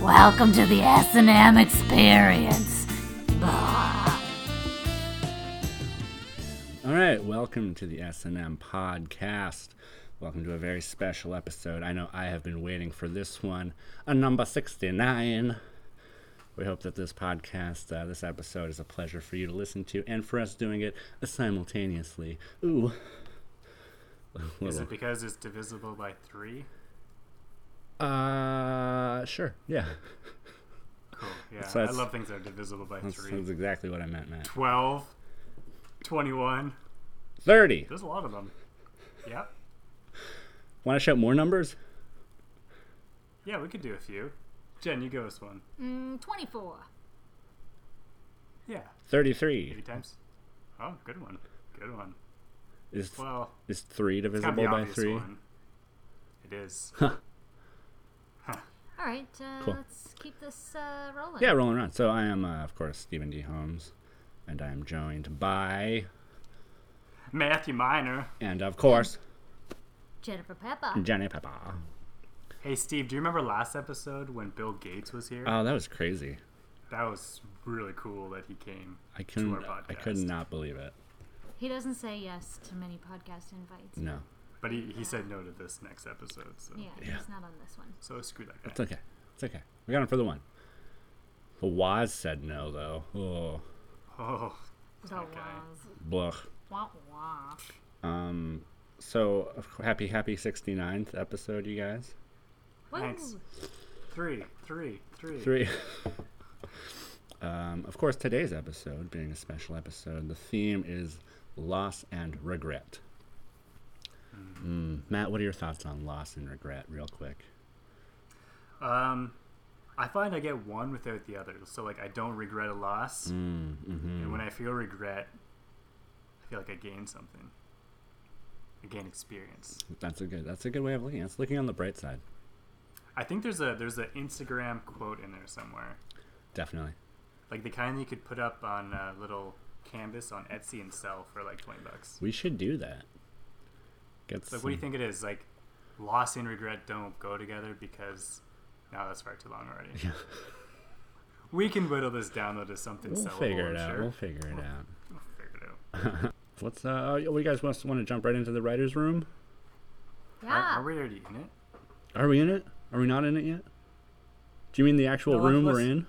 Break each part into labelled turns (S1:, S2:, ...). S1: Welcome to the S&M experience. Bah.
S2: All right, welcome to the S&M podcast. Welcome to a very special episode. I know I have been waiting for this one, a number 69. We hope that this podcast, uh, this episode is a pleasure for you to listen to and for us doing it simultaneously. Ooh.
S3: Is it because it's divisible by three?
S2: Uh, sure. Yeah.
S3: Cool. Yeah,
S2: So
S3: I
S2: it's-
S3: love things that are divisible by
S2: That's,
S3: three.
S2: that's exactly what I meant, Matt.
S3: 12, 21.
S2: 30.
S3: There's a lot of them. Yep.
S2: Want to shout more numbers?
S3: Yeah, we could do a few. Jen, you give us one.
S1: Mm, 24.
S3: Yeah,
S2: 33.
S3: three times. Oh, good one. Good one.
S2: Is
S3: Well,
S2: is 3
S3: kind of
S2: divisible
S3: the
S2: by
S3: obvious
S2: 3?
S3: one. It is.
S1: All right, uh,
S2: Cool.
S1: let's keep this uh, rolling.
S2: Yeah, rolling around. So I am, uh, of course, Stephen D. Holmes, and I am joined by,
S3: Matthew Miner.
S2: and of course,
S1: Jennifer
S3: Hmm.
S1: Pepper.
S2: Jenny Papa.
S3: Hey, Steve, do you remember last episode when Bill Gates was here?
S2: Oh, that was crazy.
S3: that was really cool that he came.
S2: I couldn't.
S3: our
S2: I could
S3: podcast.
S2: not believe it.
S1: He doesn't say yes to many podcast invites.
S2: No,
S3: But he, he said no to this next episode, so,
S1: Yeah,
S2: Yeah.
S1: he's not on this one.
S3: so screw that guy.
S2: it's okay. It's okay. We got him for the one. The Waz said no, though. Oh,
S3: Oh,
S1: The
S3: Okay.
S1: Waz.
S2: blah.
S1: uh, Wah, wah.
S2: Um. So of cou- happy, happy 69th episode, you guys.
S1: Woo.
S3: Thanks. three, three, three.
S2: Three. um. Of course, today's episode, being a special episode, the theme is loss and regret. Mm. Matt, what are your thoughts on loss and regret, real quick?
S3: Um, I find I get one without the other. So like I don't regret a loss, and when I feel regret, I feel like I gain something. I gain experience.
S2: That's a good. That's a good way of looking. at it. It's looking on the bright side,
S3: I think there's a there's an Instagram quote in there somewhere,
S2: definitely.
S3: like the kind you could put up on a little canvas on Etsy and sell for like twenty bucks.
S2: We should do that. Get
S3: So what do you
S2: some-
S3: think it is? Like, loss and regret don't go together because. No, that's far too long already.
S2: Yeah.
S3: We can whittle this down though to something
S2: We'll
S3: sellable.
S2: figure
S3: I'm
S2: it out.
S3: sure.
S2: We'll figure it out.
S3: We'll figure it out.
S2: What's uh? oh, You guys want to jump right into the writers' room?
S3: Are,
S4: Ah.
S1: Yeah.
S3: are we already in it?
S2: Are we in it? Are we not in it yet? Do you mean the actual
S3: No, let's-
S2: room we're
S3: let's-
S2: in?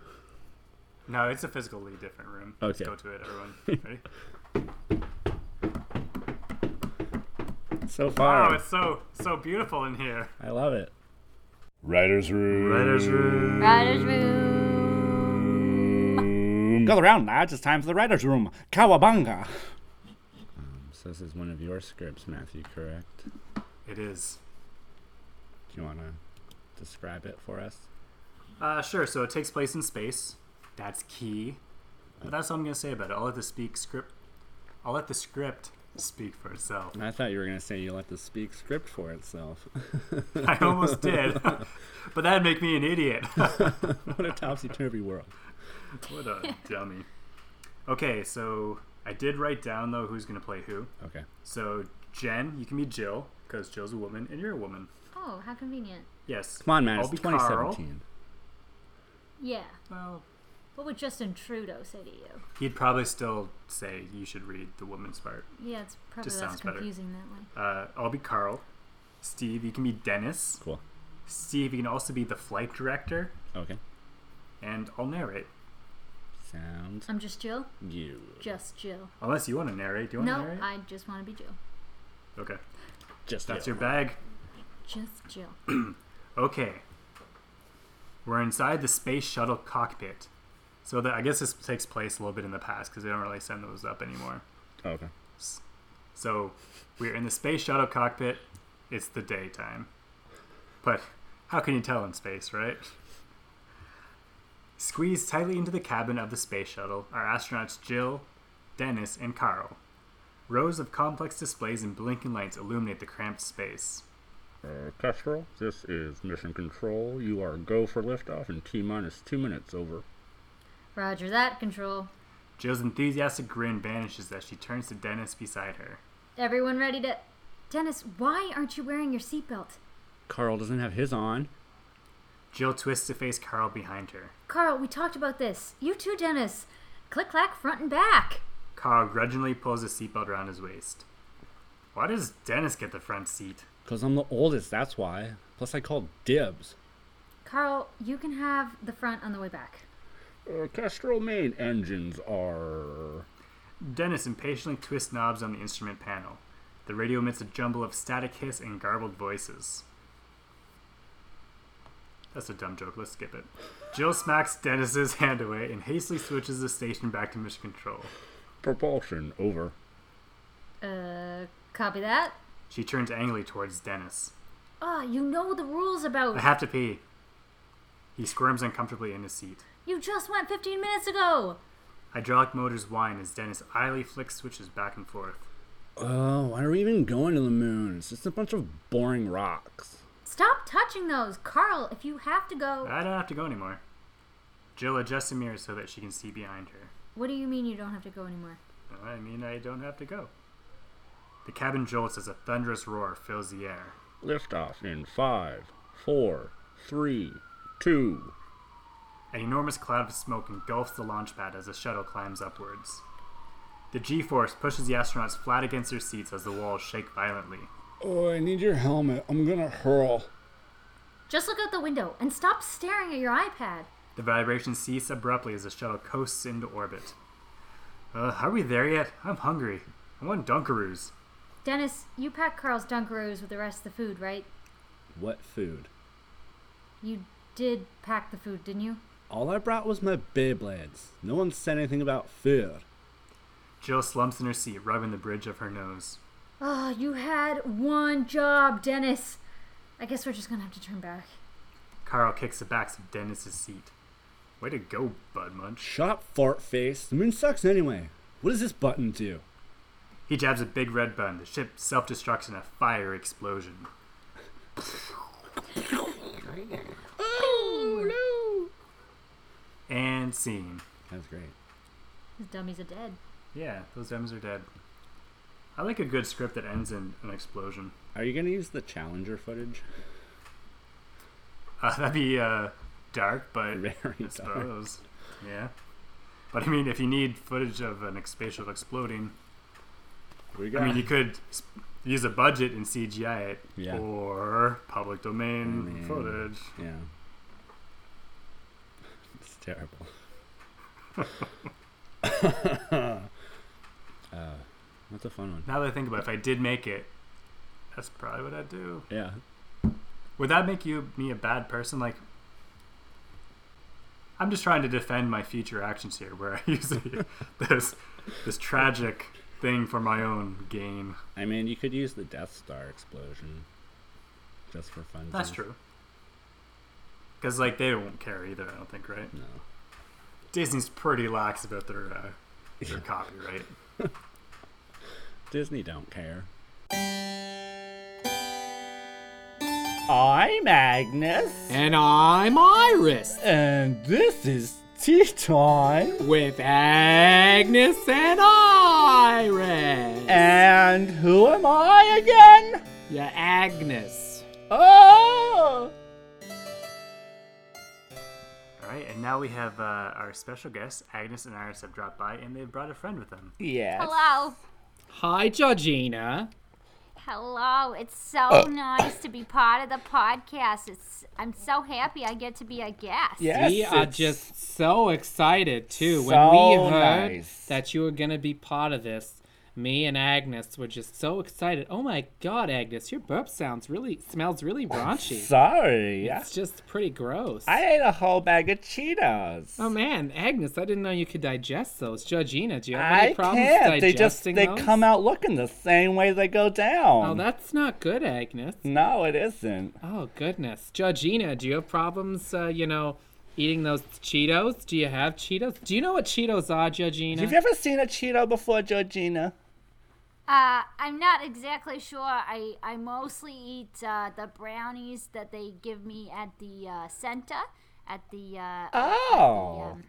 S3: No, it's a physically different room.
S2: Okay.
S3: Let's go to it, everyone. Ready?
S2: So
S3: wow,
S2: far,
S3: Oh, it's so so beautiful in here.
S2: I love it. Writers' room.
S3: Writer's room.
S1: Writer's room.
S2: Go around, lads. It's time for the writers' room. Cowabunga. Um, so this is one of your scripts, Matthew. Correct? Do
S3: It is.
S2: you want to describe it for us?
S3: Uh, sure. So it takes place in space. That's key. But that's all I'm gonna say about it. I'll let the speak script. I'll let the script speak for itself.
S2: I thought you were gonna say you let the speak script for itself.
S3: I almost did, but that'd make me an idiot.
S2: what a topsy turvy world.
S3: what a dummy. Okay, so I did write down though who's gonna play who.
S2: Okay.
S3: So Jen, you can be Jill because Jill's a woman and you're a woman.
S1: Oh, how convenient.
S3: Yes.
S2: Come on, man.
S3: I'll
S2: It's
S3: be Carl.
S2: 2017.
S1: Yeah.
S3: Well,
S1: What would Justin Trudeau say to you?
S3: he'd probably still say you should read the woman's part.
S1: Yeah, it's probably
S3: Just
S1: that's
S3: sounds better.
S1: confusing that way.
S3: Uh, I'll be Carl. Steve, you can be Dennis.
S2: Cool.
S3: Steve, you can also be the flight director,
S2: Okay.
S3: and I'll narrate.
S2: Sounds
S1: I'm just Jill.
S2: you.
S1: Just Jill.
S3: Unless you want to narrate, do you want to
S1: No,
S3: narrate?
S1: I just want to be Jill.
S3: Okay,
S2: Just
S3: that's
S2: you.
S3: your bag.
S1: Just Jill.
S3: Okay, we're inside the space shuttle cockpit. So that I guess this takes place a little bit in the past because they don't really send those up anymore.
S2: Oh, okay.
S3: So we're in the space shuttle cockpit. It's the daytime. But how can you tell in space, right? Squeezed tightly into the cabin of the space shuttle are astronauts Jill, Dennis, and Carl. Rows of complex displays and blinking lights illuminate the cramped space.
S2: Uh, Kestrel, this is Mission Control. You are go for liftoff in T minus two minutes. Over.
S1: Roger that, Control.
S3: Jill's enthusiastic grin vanishes as she turns to Dennis beside her.
S1: Everyone ready to. Dennis, why aren't you wearing your seatbelt?
S2: Carl doesn't have his on.
S3: Jill twists to face Carl behind her.
S1: Carl, we talked about this. You too, Dennis. Click clack, front and back.
S3: Carl grudgingly pulls his seatbelt around his waist. Why does Dennis get the front seat?
S2: Because I'm the oldest, that's why. Plus, I called dibs.
S1: Carl, you can have the front on the way back.
S2: Orchestral Uh, main engines are.
S3: Dennis impatiently twists knobs on the instrument panel. The radio emits a jumble of static hiss and garbled voices. That's a dumb joke. Let's skip it. Jill smacks Dennis's hand away and hastily switches the station back to mission control.
S2: Propulsion over.
S1: Uh, copy that.
S3: She turns angrily towards Dennis.
S1: Ah, you know the rules
S3: I
S1: about.
S3: have to pee. He squirms uncomfortably in his seat.
S1: You just went 15 minutes ago.
S3: Hydraulic motors whine as Dennis idly flicks switches back and forth.
S2: Oh, why are we even going to the moon? It's just a bunch of boring rocks.
S1: Stop touching those, Carl. If you have to
S4: Oh.
S1: go.
S3: I don't have to go anymore. Jill adjusts the mirror so that she can see behind her.
S1: What do you mean you don't have to go anymore?
S3: I mean, I don't have to go. The cabin jolts as a thunderous roar fills the air.
S2: Liftoff in five, four, three, two.
S3: An enormous cloud of smoke engulfs the launch pad as the shuttle climbs upwards. The G force pushes the astronauts flat against their seats as the walls shake violently.
S2: Oh, I need your helmet. I'm gonna hurl.
S1: Just look out the window and stop staring at your iPad.
S3: The vibrations cease abruptly as the shuttle coasts into orbit. Uh, are we there yet? I'm hungry. I want Dunkaroos.
S1: Dennis, you packed Carl's Dunkaroos with the rest of the food, right?
S2: What food?
S1: You did pack the food, didn't you?
S2: All I brought was my Beyblades. No one said anything about food.
S3: Jill slumps in her seat, rubbing the bridge of her nose.
S1: Ah, you had one job, Dennis. I guess we're just gonna have to turn back.
S3: Carl kicks the backs of Dennis's seat. Way to go, Bud Munch.
S2: Shut up, fart face. The moon sucks anyway. What does this button do?
S3: He jabs a big red button. The ship self destructs in a fire explosion.
S2: Oh
S3: And scene.
S2: no! That's great.
S1: These dummies are dead.
S3: Yeah, those M's are dead. I like a good script that ends in an explosion.
S2: Are you gonna use the Challenger footage?
S3: Uh, that'd be uh, dark, but
S2: Very
S3: I
S2: dark.
S3: suppose. Yeah. But I mean, if you need footage of an ex- spaceship exploding,
S2: We
S3: I
S2: got.
S3: mean, you could s- use a budget and CGI it,
S2: Yeah.
S3: or public domain
S2: Domain.
S3: footage.
S2: Yeah. It's terrible. uh, that's a fun one.
S3: Now that I think about it, if I did make it, that's probably what I'd do.
S2: Yeah.
S3: Would that make you me a bad person? Like, I'm just trying to defend my future actions here, where I use this this tragic thing for my own gain.
S2: I mean, you could use the Death Star explosion just for fun.
S3: That's true. Because like they won't care either, I don't think, right?
S2: No.
S3: Disney's pretty lax about their uh, their
S2: Yeah.
S3: copyright.
S2: Disney don't care. I'm Agnes,
S5: And I'm Iris
S2: and this is tea time.
S5: with Agnes and Iris.
S2: And who am I again?
S5: yeah, Agnes.
S2: Oh!
S3: All right, and now we have uh, our special guests, Agnes and Iris, have dropped by, and they've brought a friend with them.
S2: Yes.
S1: Hello.
S5: Hi, Georgina.
S1: Hello. It's so
S5: Uh.
S1: nice to be part of the podcast. It's I'm so happy I get to be a guest.
S2: Yes,
S5: we are
S2: it's-
S5: just so excited too. when
S2: so
S5: we heard
S2: nice.
S5: that you were gonna be part of this, me and Agnes were just so excited. Oh my God, Agnes, your burp sounds really smells really raunchy.
S2: Sorry.
S5: It's just pretty gross.
S2: I ate a whole bag of Cheetos.
S5: Oh man, Agnes, I didn't know you could digest those. Georgina, do you have any
S2: I
S5: problems
S2: can't. They just
S5: digesting
S2: they
S5: those?
S2: come out looking the same way they go down.
S5: Oh, that's not good, Agnes.
S2: no, it isn't.
S5: Oh goodness, Georgina, do you have problems? Uh, you know, eating those Cheetos? Do you have Cheetos? Do you know what Cheetos are, Georgina?
S2: Have you ever seen a Cheeto before, Georgina?
S4: Uh, I'm not exactly sure. I, I mostly eat uh, the brownies that they give me at the uh, center, at the uh,
S2: Oh.
S4: um,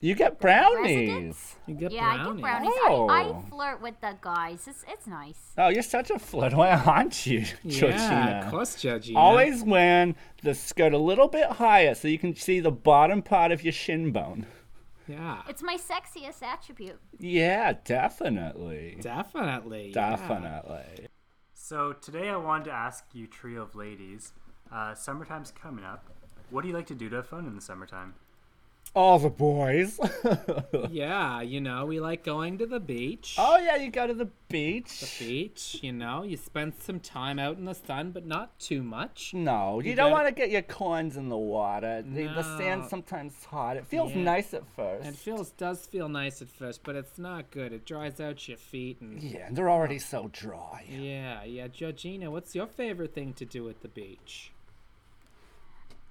S2: You get brownies.
S1: Residents?
S5: You get
S1: Yeah, I
S5: brownies.
S1: get brownies. I,
S2: Oh.
S1: I flirt with the guys. It's it's nice.
S2: Oh, you're such a flirt. Why aren't you,
S5: Yeah, of
S2: Georgina?
S5: course, Georgina.
S2: Always wearing the skirt a little bit higher so you can see the bottom part of your shin bone.
S5: Yeah,
S1: It's my sexiest attribute.
S2: Yeah, definitely.
S5: definitely. yeah.
S2: Definitely.
S3: So today I wanted to ask you, trio of ladies, uh, summertime's coming up. What do you like to do to have fun in the summertime?
S2: All the boys.
S5: Yeah, you know, we like going to the beach.
S2: oh, yeah, you go to the beach.
S5: The beach, you know, you spend some time out in the sun, but not too much.
S2: No, you,
S5: You
S2: don't
S5: gotta-
S2: want to get your corns in the water. The, the sand's
S5: No.
S2: sometimes hot. It feels
S5: Yeah.
S2: nice at first.
S5: And It feels does feel nice at first, but it's not good. It dries out your feet and
S2: yeah, and they're already so dry.
S5: yeah, yeah. Georgina, what's your favorite thing to do at the beach?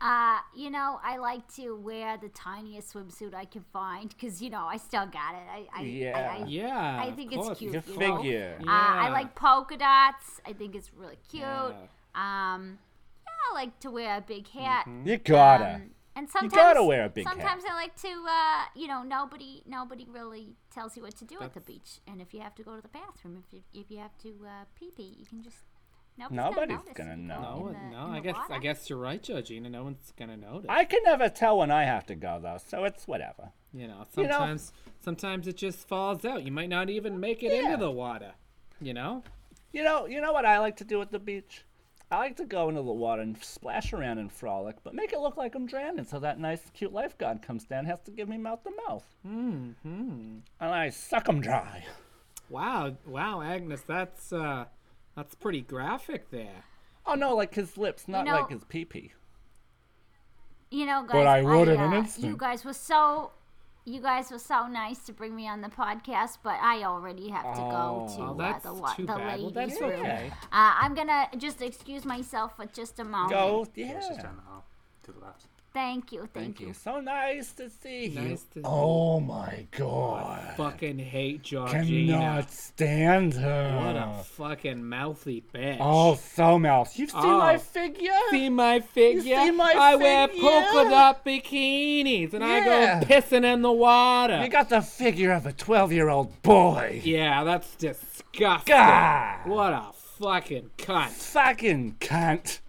S1: Uh, you know, I like to wear the tiniest swimsuit I can find because you know I still got it. I, I
S2: Yeah.
S1: I, I,
S5: Yeah,
S1: I
S5: of
S1: think it's
S5: course.
S1: cute.
S2: Your
S1: you know?
S2: figure.
S1: Uh, I
S5: Yeah.
S1: like polka dots. I think it's really cute.
S5: Yeah. Mm-hmm.
S1: Um, yeah, I like to wear a big hat.
S2: You gotta.
S1: Um, and sometimes
S2: gotta wear a big hat.
S1: Sometimes I like to, uh, you know, nobody nobody really tells you what to do at the beach. And if you have to go to the bathroom, if you if you have to uh, pee pee, you can just nobody's,
S2: Nobody's
S1: gonna, notice
S2: gonna
S1: if you go
S2: know.
S5: No,
S1: in
S5: one-
S1: the-
S5: no.
S1: in
S5: I
S1: the
S5: guess I
S1: water.
S5: guess you're right, Georgina. No one's gonna notice.
S2: I can never tell when I have to go, though, so it's whatever.
S5: you know,
S2: You know-
S5: sometimes sometimes it just falls out. You might not even make it
S2: Yeah.
S5: into the water. You know.
S2: You know, you know what I like to do at the beach? I like to go into the water and splash around and frolic, but make it look like I'm drowning so that nice, cute lifeguard comes down and has to give me mouth to mouth. Mm-hmm. And I suck 'em dry.
S5: Wow, wow, Agnes, that's uh, that's pretty graphic there.
S2: Oh, no, like his lips, not
S1: know-
S2: like his pee pee.
S1: You know, guys.
S2: But I would in
S1: uh,
S2: an
S1: You
S2: instant.
S1: guys were so. You guys were so nice to bring me on the podcast, but I already have to go
S2: Oh.
S1: to
S5: Oh,
S1: uh,
S5: that's
S1: the, wa-
S5: too
S1: the
S5: bad.
S1: ladies.
S5: Well, that's
S2: Yeah.
S5: okay.
S1: Uh, I'm gonna just excuse myself for just a moment.
S2: Go,
S3: Yeah, it's just
S2: yeah.
S3: down the hall to the left.
S1: Thank you, thank,
S2: Thank you. So nice to see you.
S5: Nice to-
S2: oh my god.
S5: Fucking hate Georgina.
S2: Cannot stand
S5: What
S2: her.
S5: a fucking mouthy bitch.
S2: Oh, so mouse. You've seen my
S5: Oh.
S2: figure?
S5: See my figure?
S2: see my
S5: I wear
S2: figure?
S5: polka dot bikinis and
S2: Yeah.
S5: I go pissing in the water.
S2: You got the figure of a 12 year old boy.
S5: yeah, that's disgusting.
S2: God.
S5: What a fucking cunt.
S2: Fucking cunt.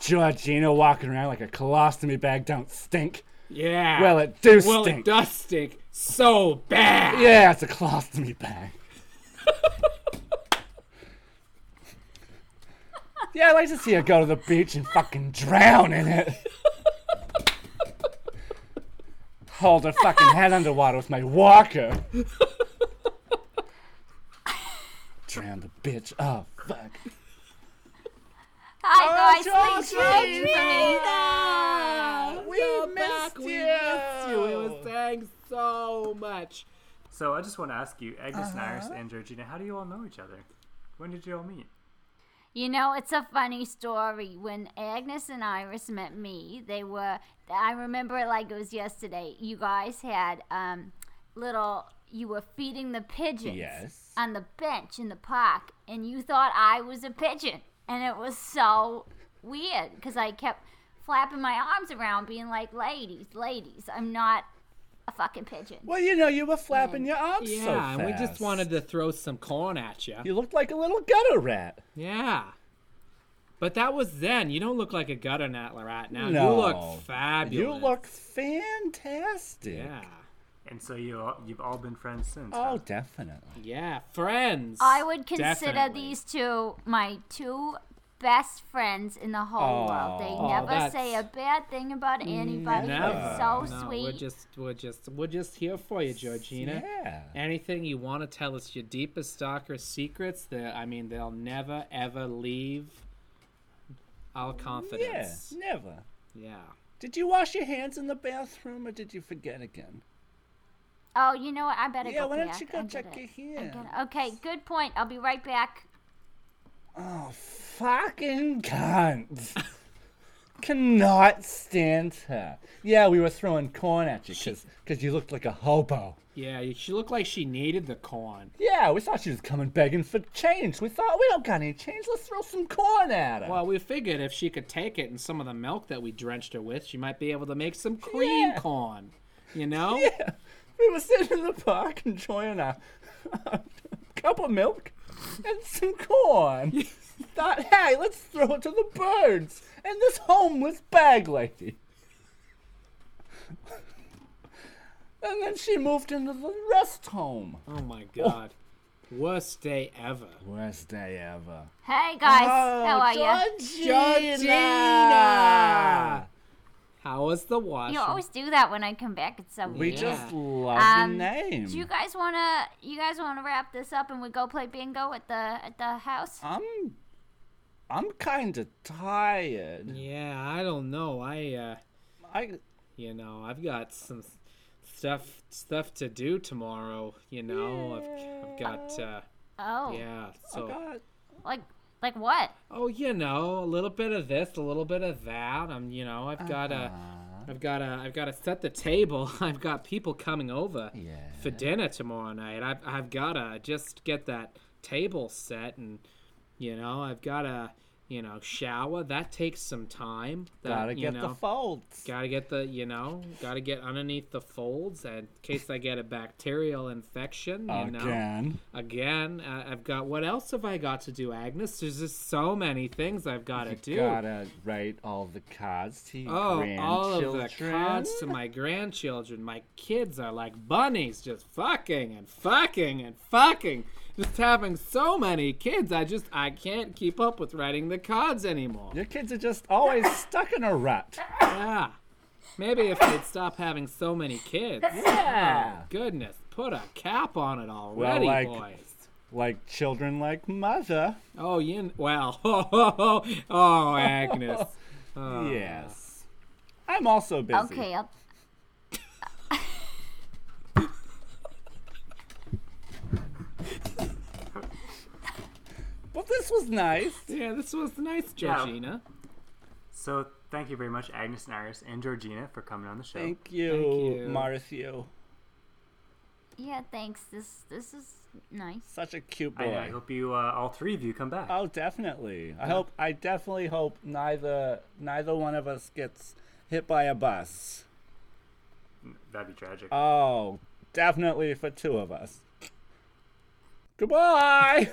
S2: Georgina walking around like a colostomy bag don't stink.
S5: Yeah.
S2: Well, it do
S5: Ah. Well,
S2: stink.
S5: it does stink so bad.
S2: Yeah, it's a colostomy bag. yeah, I'd like to see her go to the beach and fucking drown in it. Hold her fucking head underwater with my walker. drown the bitch. Oh, fuck.
S1: Hi guys,
S2: Oh,
S1: thanks for waiting for me.
S5: Georgina!
S2: We
S5: So
S2: missed
S5: back, We
S2: you.
S5: missed you. It was thanks so much.
S3: So I just want to ask you, Agnes Nyers and Georgina, how do you all know each other? When did you all meet?
S1: You know, it's a funny story. When Agnes and Iris met me, they were, I remember it like it was yesterday. You guys had um, little, you were feeding the pigeons
S2: Yes.
S1: on the bench in the park, and you thought I was a pigeon. And it was so weird because I kept flapping my arms around, being like, ladies, ladies, I'm not a fucking pigeon.
S2: Well, you know, you were flapping your arms
S5: Yeah,
S2: so fast.
S5: and we just wanted to throw some corn at you.
S2: You looked like a little gutter rat.
S5: Yeah. But that was then. You don't look like a gutter natler right now.
S2: No.
S5: You look fabulous.
S2: You look fantastic.
S5: Yeah.
S3: And so you all, you've all been friends since.
S2: Oh,
S3: huh?
S2: definitely.
S5: Yeah. Friends.
S1: I would consider
S5: Definitely.
S1: these two my two best friends in the whole world. They
S2: Aw.
S1: never
S5: That's-
S1: say a bad thing about anybody.
S5: Never.
S1: They're so
S5: no,
S1: sweet.
S5: We're just, we're just, we're just here for you, Georgina.
S2: Yeah.
S5: Anything you want to tell us, your deepest, darkest secrets, that I mean, they'll never ever leave our
S2: Yeah,
S5: confidence.
S2: never.
S5: Yeah.
S2: Did you wash your hands in the bathroom or did you forget again?
S1: oh, you know what? I better
S2: Yeah,
S1: go.
S2: why don't
S1: back.
S2: you go
S1: I get
S2: check
S1: it.
S2: your
S1: I get
S2: hands?
S1: it. Okay, good point. I'll be right back.
S2: Oh, fucking cunt. Cannot stand her. Yeah, we were throwing corn at you because you looked like a hobo.
S5: Yeah. She looked like she needed the corn.
S2: Yeah, we thought she was coming begging for change. We thought, we don't got any change. Let's throw some corn at her.
S5: Well, we figured if she could take it and some of the milk that we drenched her with, she might be able to make some cream
S2: Yeah.
S5: corn. You know?
S2: Yeah. we were sitting in the park enjoying a, a cup of milk and some corn. Thought, hey, let's throw it to the birds and this homeless bag lady. And then she moved into the rest home.
S5: Oh my god. Worst day ever.
S2: Worst day ever. Oh,
S1: Hey guys, how are you?
S5: Georgina! How was the washroom?
S1: You always do that when I come back. It's so
S2: We
S1: weird.
S2: just
S5: Yeah.
S2: love
S1: Um,
S2: your name.
S1: Do you guys wanna you guys wanna wrap this up and we go play bingo at the at the house?
S5: Uh,
S2: I'm I'm kind of tired.
S5: Yeah, I don't know. I uh
S2: I
S5: you know, I've got some s- stuff stuff to do tomorrow, you know. I've I've got uh
S1: Oh,
S5: yeah, so
S2: got
S1: like like what?
S5: Oh, you know, a little bit of this, a little bit of that. I'm, you know, I've got to,
S2: Uh-huh.
S5: I've got to, I've got to set the table. I've got people coming over
S2: Yeah.
S5: for dinner tomorrow night. I've, I've got to just get that table set, and you know, I've got to, you know, shower. That takes some time. That,
S2: gotta
S5: you
S2: get
S5: know,
S2: the folds.
S5: Gotta get the, you know, gotta get underneath the folds in case I get a bacterial infection. You know,
S2: Again.
S5: again I- i've got what else have i got to do agnes there's just so many things i've got to do
S2: Gotta write all the cards to your
S5: oh all of
S2: grandchildren.
S5: the cards to my grandchildren my kids are like bunnies just fucking and fucking and fucking just having so many kids i just i can't keep up with writing the cards anymore
S2: Your kids are just always stuck in a rut.
S5: yeah maybe if they'd stop having so many kids
S2: Yeah.
S5: goodness put a cap on it already
S2: like-
S5: boys
S2: Like children like mother.
S5: Oh, you well, oh, oh, oh, oh, Agnes. Oh.
S2: Yes. I'm also busy.
S1: Okay, I'll,
S2: Well, this was nice.
S5: Yeah, this was nice,
S3: Yeah.
S5: Georgina.
S3: So thank you very much, Agnes and Iris and Georgina, for coming on the show.
S2: Thank you,
S5: Thank you.
S2: Marcio.
S1: yeah, thanks. This this is nice.
S2: Such a cute boy.
S3: I, I hope you, uh, all three of you, come back.
S2: Oh, definitely. I hope. I definitely hope neither neither one of us gets hit by a bus.
S3: That'd be tragic.
S2: Oh, definitely for two of us. Goodbye.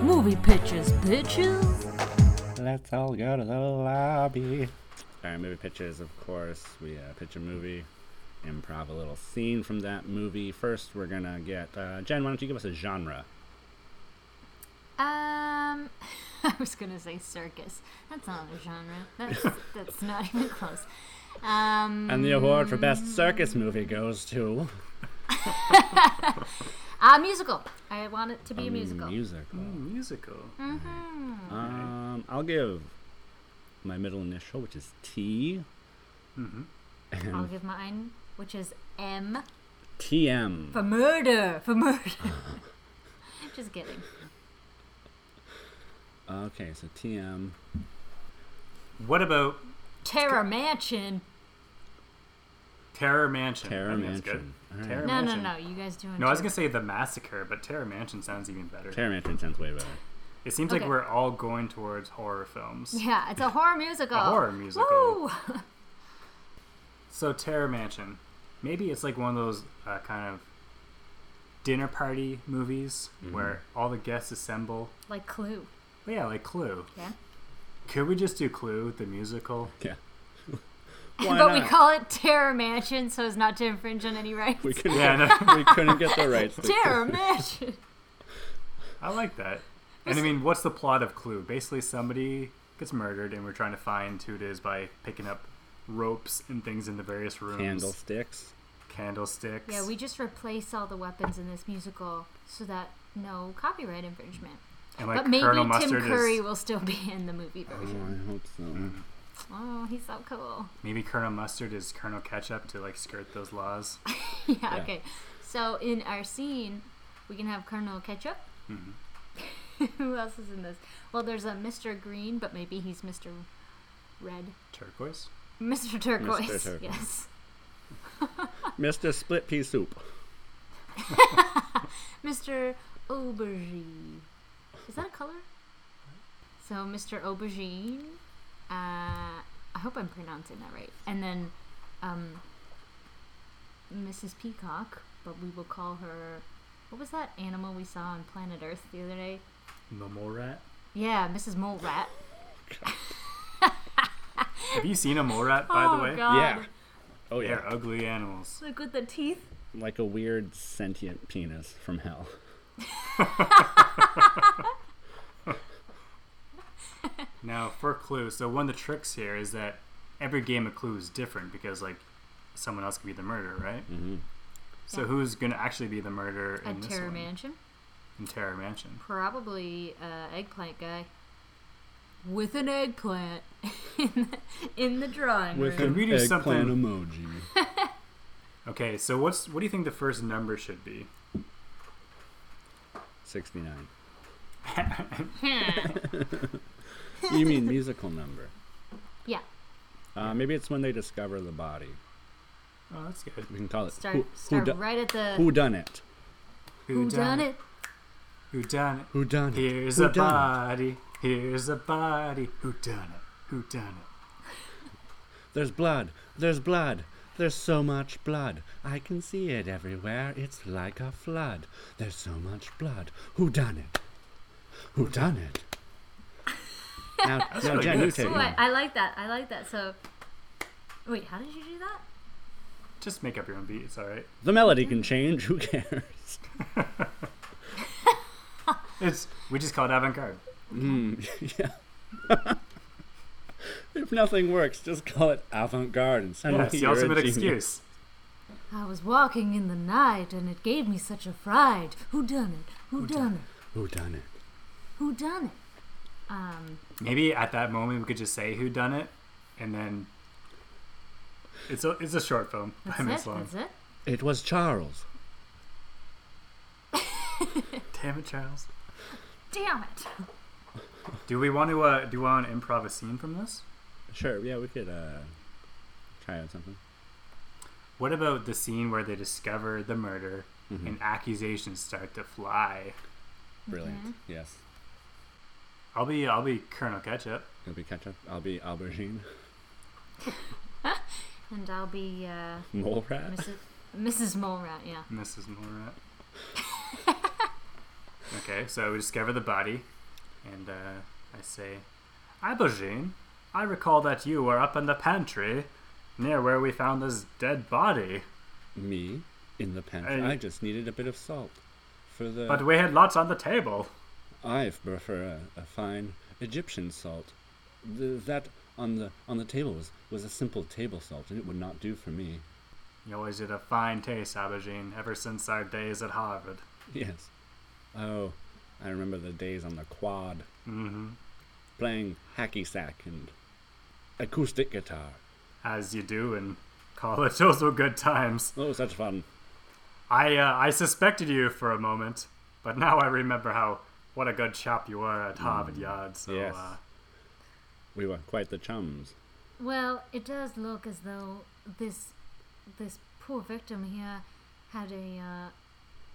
S4: Movie pictures, bitches.
S2: Let's all go to the lobby. All right, movie pictures, of course. We uh, pitch a movie, improv a little scene from that movie. First, we're gonna get uh, Jen. Why don't you give us a genre?
S4: Um, I was gonna say circus. That's not a genre. That's that's not even close. Um,
S2: And the award for best circus movie goes to
S4: a musical. I want it to be a musical. Mm. Hmm.
S2: Musical.
S3: musical.
S2: Um, I'll give my middle initial, which is T.
S4: I'll give mine, which is M
S2: TM.
S4: for murder. For murder.
S3: Uh-huh.
S4: Just kidding.
S2: Okay, so TM.
S3: What about
S4: Terror Mansion.
S3: Terror Mansion?
S2: Terror
S3: I think that's
S2: Mansion.
S3: good.
S2: All right.
S3: Terror
S4: No, no,
S3: Mansion.
S4: no. You guys doing?
S3: No, I was
S4: Terror-
S3: gonna say the massacre, but Terror Mansion sounds even better.
S2: Terror Mansion sounds way better.
S3: it seems
S4: Okay.
S3: like we're all going towards horror films.
S4: Yeah, it's a horror musical.
S3: A horror musical.
S4: Woo!
S3: So Terror Mansion, maybe it's like one of those uh, kind of dinner party movies
S2: Mm-hmm.
S3: where all the guests assemble.
S4: Like Clue.
S3: But yeah, like Clue.
S4: Yeah.
S3: Could we just do Clue the musical?
S2: Yeah.
S4: but we call it Terror Mansion, so as not to infringe on any rights.
S2: We couldn't,
S3: Yeah, no,
S2: we couldn't get the rights. to-
S4: Terror Mansion.
S3: I like that. And I mean, what's the plot of Clue? Basically, somebody gets murdered, and we're trying to find who it is by picking up ropes and things in the various rooms.
S2: Candlesticks.
S3: Candlesticks.
S4: Yeah, we just replace all the weapons in this musical so that no copyright infringement.
S3: and like
S4: but maybe
S3: Colonel
S4: Tim
S3: Mustard
S4: Curry
S3: is
S4: will still be in the movie
S2: Oh,
S4: version.
S2: I hope so.
S4: Oh, he's so cool.
S3: maybe Colonel Mustard is Colonel Ketchup to like skirt those laws.
S4: yeah, okay. So in our scene, we can have Colonel Ketchup. Who else is in this? Well, there's a Mr. Green, but maybe he's Mr. Red.
S3: Turquoise.
S4: Mr. Turquoise.
S2: Turquoise.
S4: Yes.
S2: Mr. Split Pea Soup.
S4: Mr. Aubergine. Is that a color? So Mr. Aubergine Uh, I hope I'm pronouncing that right. And then um, Mrs. Peacock, but we will call her. What was that animal we saw on planet Earth the other day?
S3: The mole rat.
S4: Yeah, Mrs. Mole Rat.
S3: Have you seen a mole rat, by
S4: Oh,
S3: the way?
S4: God.
S2: yeah. Oh yeah.
S3: They're ugly animals.
S4: Like with the teeth.
S2: Like a weird sentient penis from hell.
S3: Now, for Clue, so one of the tricks here is that every game of Clue is different because, like, someone else could be the murderer, right?
S2: Mm-hmm.
S3: So
S4: Yeah.
S3: who's going to actually be the murderer in
S4: At
S3: this
S4: Terror
S3: one?
S4: Mansion.
S3: In Terror Mansion.
S4: Probably uh, eggplant guy. With an eggplant in the, in the drawing
S2: With
S4: room.
S2: an
S3: Could we do
S2: eggplant
S3: something-
S2: emoji.
S3: Okay, so what's what do you think the first number should be?
S2: 69.
S4: Hmm.
S2: You mean musical number.
S4: yeah.
S2: Uh, maybe it's when they discover the body.
S3: Oh, that's good.
S2: We can call it
S4: Start
S2: who,
S4: start
S2: who,
S4: right at the
S2: who done it.
S4: who done it?
S3: Who done it?
S2: Who done it.
S3: Here's
S2: who
S3: a body. Here's a body. Who done it? Who done it?
S2: There's blood. There's blood. There's so much blood. I can see it everywhere. It's like a flood. There's so much blood. Who done it? Who done it? Now, now
S3: really
S2: Jen,
S3: good.
S2: you take
S4: Ooh,
S2: one.
S4: Oh, I, I like that. I like that. So, wait, how did you do that?
S3: Just make up your own beat. It's all right.
S2: The melody can change. Who cares?
S3: It's we just call it avant-garde.
S2: Mm, yeah. if nothing works, just call it avant-garde and send
S3: Yeah,
S2: me
S3: it's the
S2: your
S3: ultimate
S2: genius.
S3: excuse.
S4: I was walking in the night and it gave me such a fright. Who done it? Who done it?
S2: Who done it?
S4: Who done it? Um,
S3: Maybe at that moment we could just say who done it, and then it's a it's a short film.
S4: that's
S3: five minutes
S4: it.
S3: long.
S4: That's it.
S2: It was Charles.
S3: Damn it, Charles.
S4: Damn it!
S3: Do we want to uh, do we want to improv a scene from this?
S2: Sure. Yeah, we could uh, try out something.
S3: What about the scene where they discover the murder and accusations start to fly?
S2: Brilliant.
S3: Mm-hmm.
S2: Yes.
S3: I'll be I'll be Colonel Ketchup.
S2: You'll be ketchup. I'll be aubergine.
S4: And I'll be uh,
S2: Mole rat.
S4: Mrs. Mrs. Mole Rat. Yeah.
S3: Mrs. Morat. okay, so we discover the body, and uh, I say, Aubergine, I recall that you were up in the pantry near where we found this dead body,
S2: Me in the pantry.
S3: I-
S2: I just needed a bit of salt for the.
S3: but we had lots on the table.
S2: I prefer a, a fine Egyptian salt. The, that on the on the table was was a simple table salt, and it would not do for me.
S3: You always did a fine taste, Aubergine, ever since our days at Harvard.
S2: Yes. Oh, I remember the days on the quad
S3: hmm
S2: playing hacky sack and acoustic guitar.
S3: As you do in college, those were good times.
S2: Oh, such fun!
S3: I, uh, I suspected you for a moment, but now I remember how what a good chap you were at Harvard Yard, so
S2: yes.
S3: uh,
S2: We were quite the chums.
S4: Well, it does look as though this this poor victim here had a uh,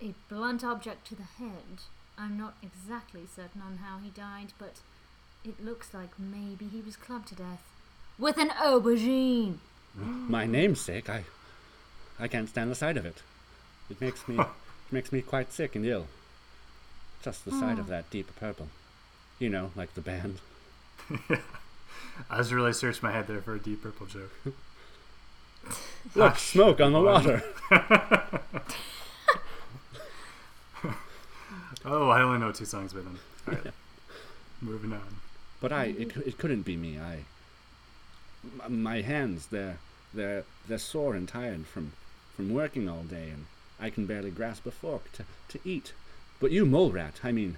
S4: a blunt object to the head. I'm not exactly certain on how he died, but it looks like maybe he was clubbed to death with an aubergine.
S2: my namesake, I, I can't stand the sight of it. It makes me, it makes me quite sick and ill. Just the sight of that deep purple, you know, like the band.
S3: I was really searching my head there for a deep purple joke. Ah,
S2: Look, smoke on the water.
S3: Oh, I only know two songs with him. All right. Moving on.
S2: But I, it, it couldn't be me. I, m- my hands, they're, they're, they're sore and tired from, from working all day, and I can barely grasp a fork to, to eat. But you, mole rat, I mean,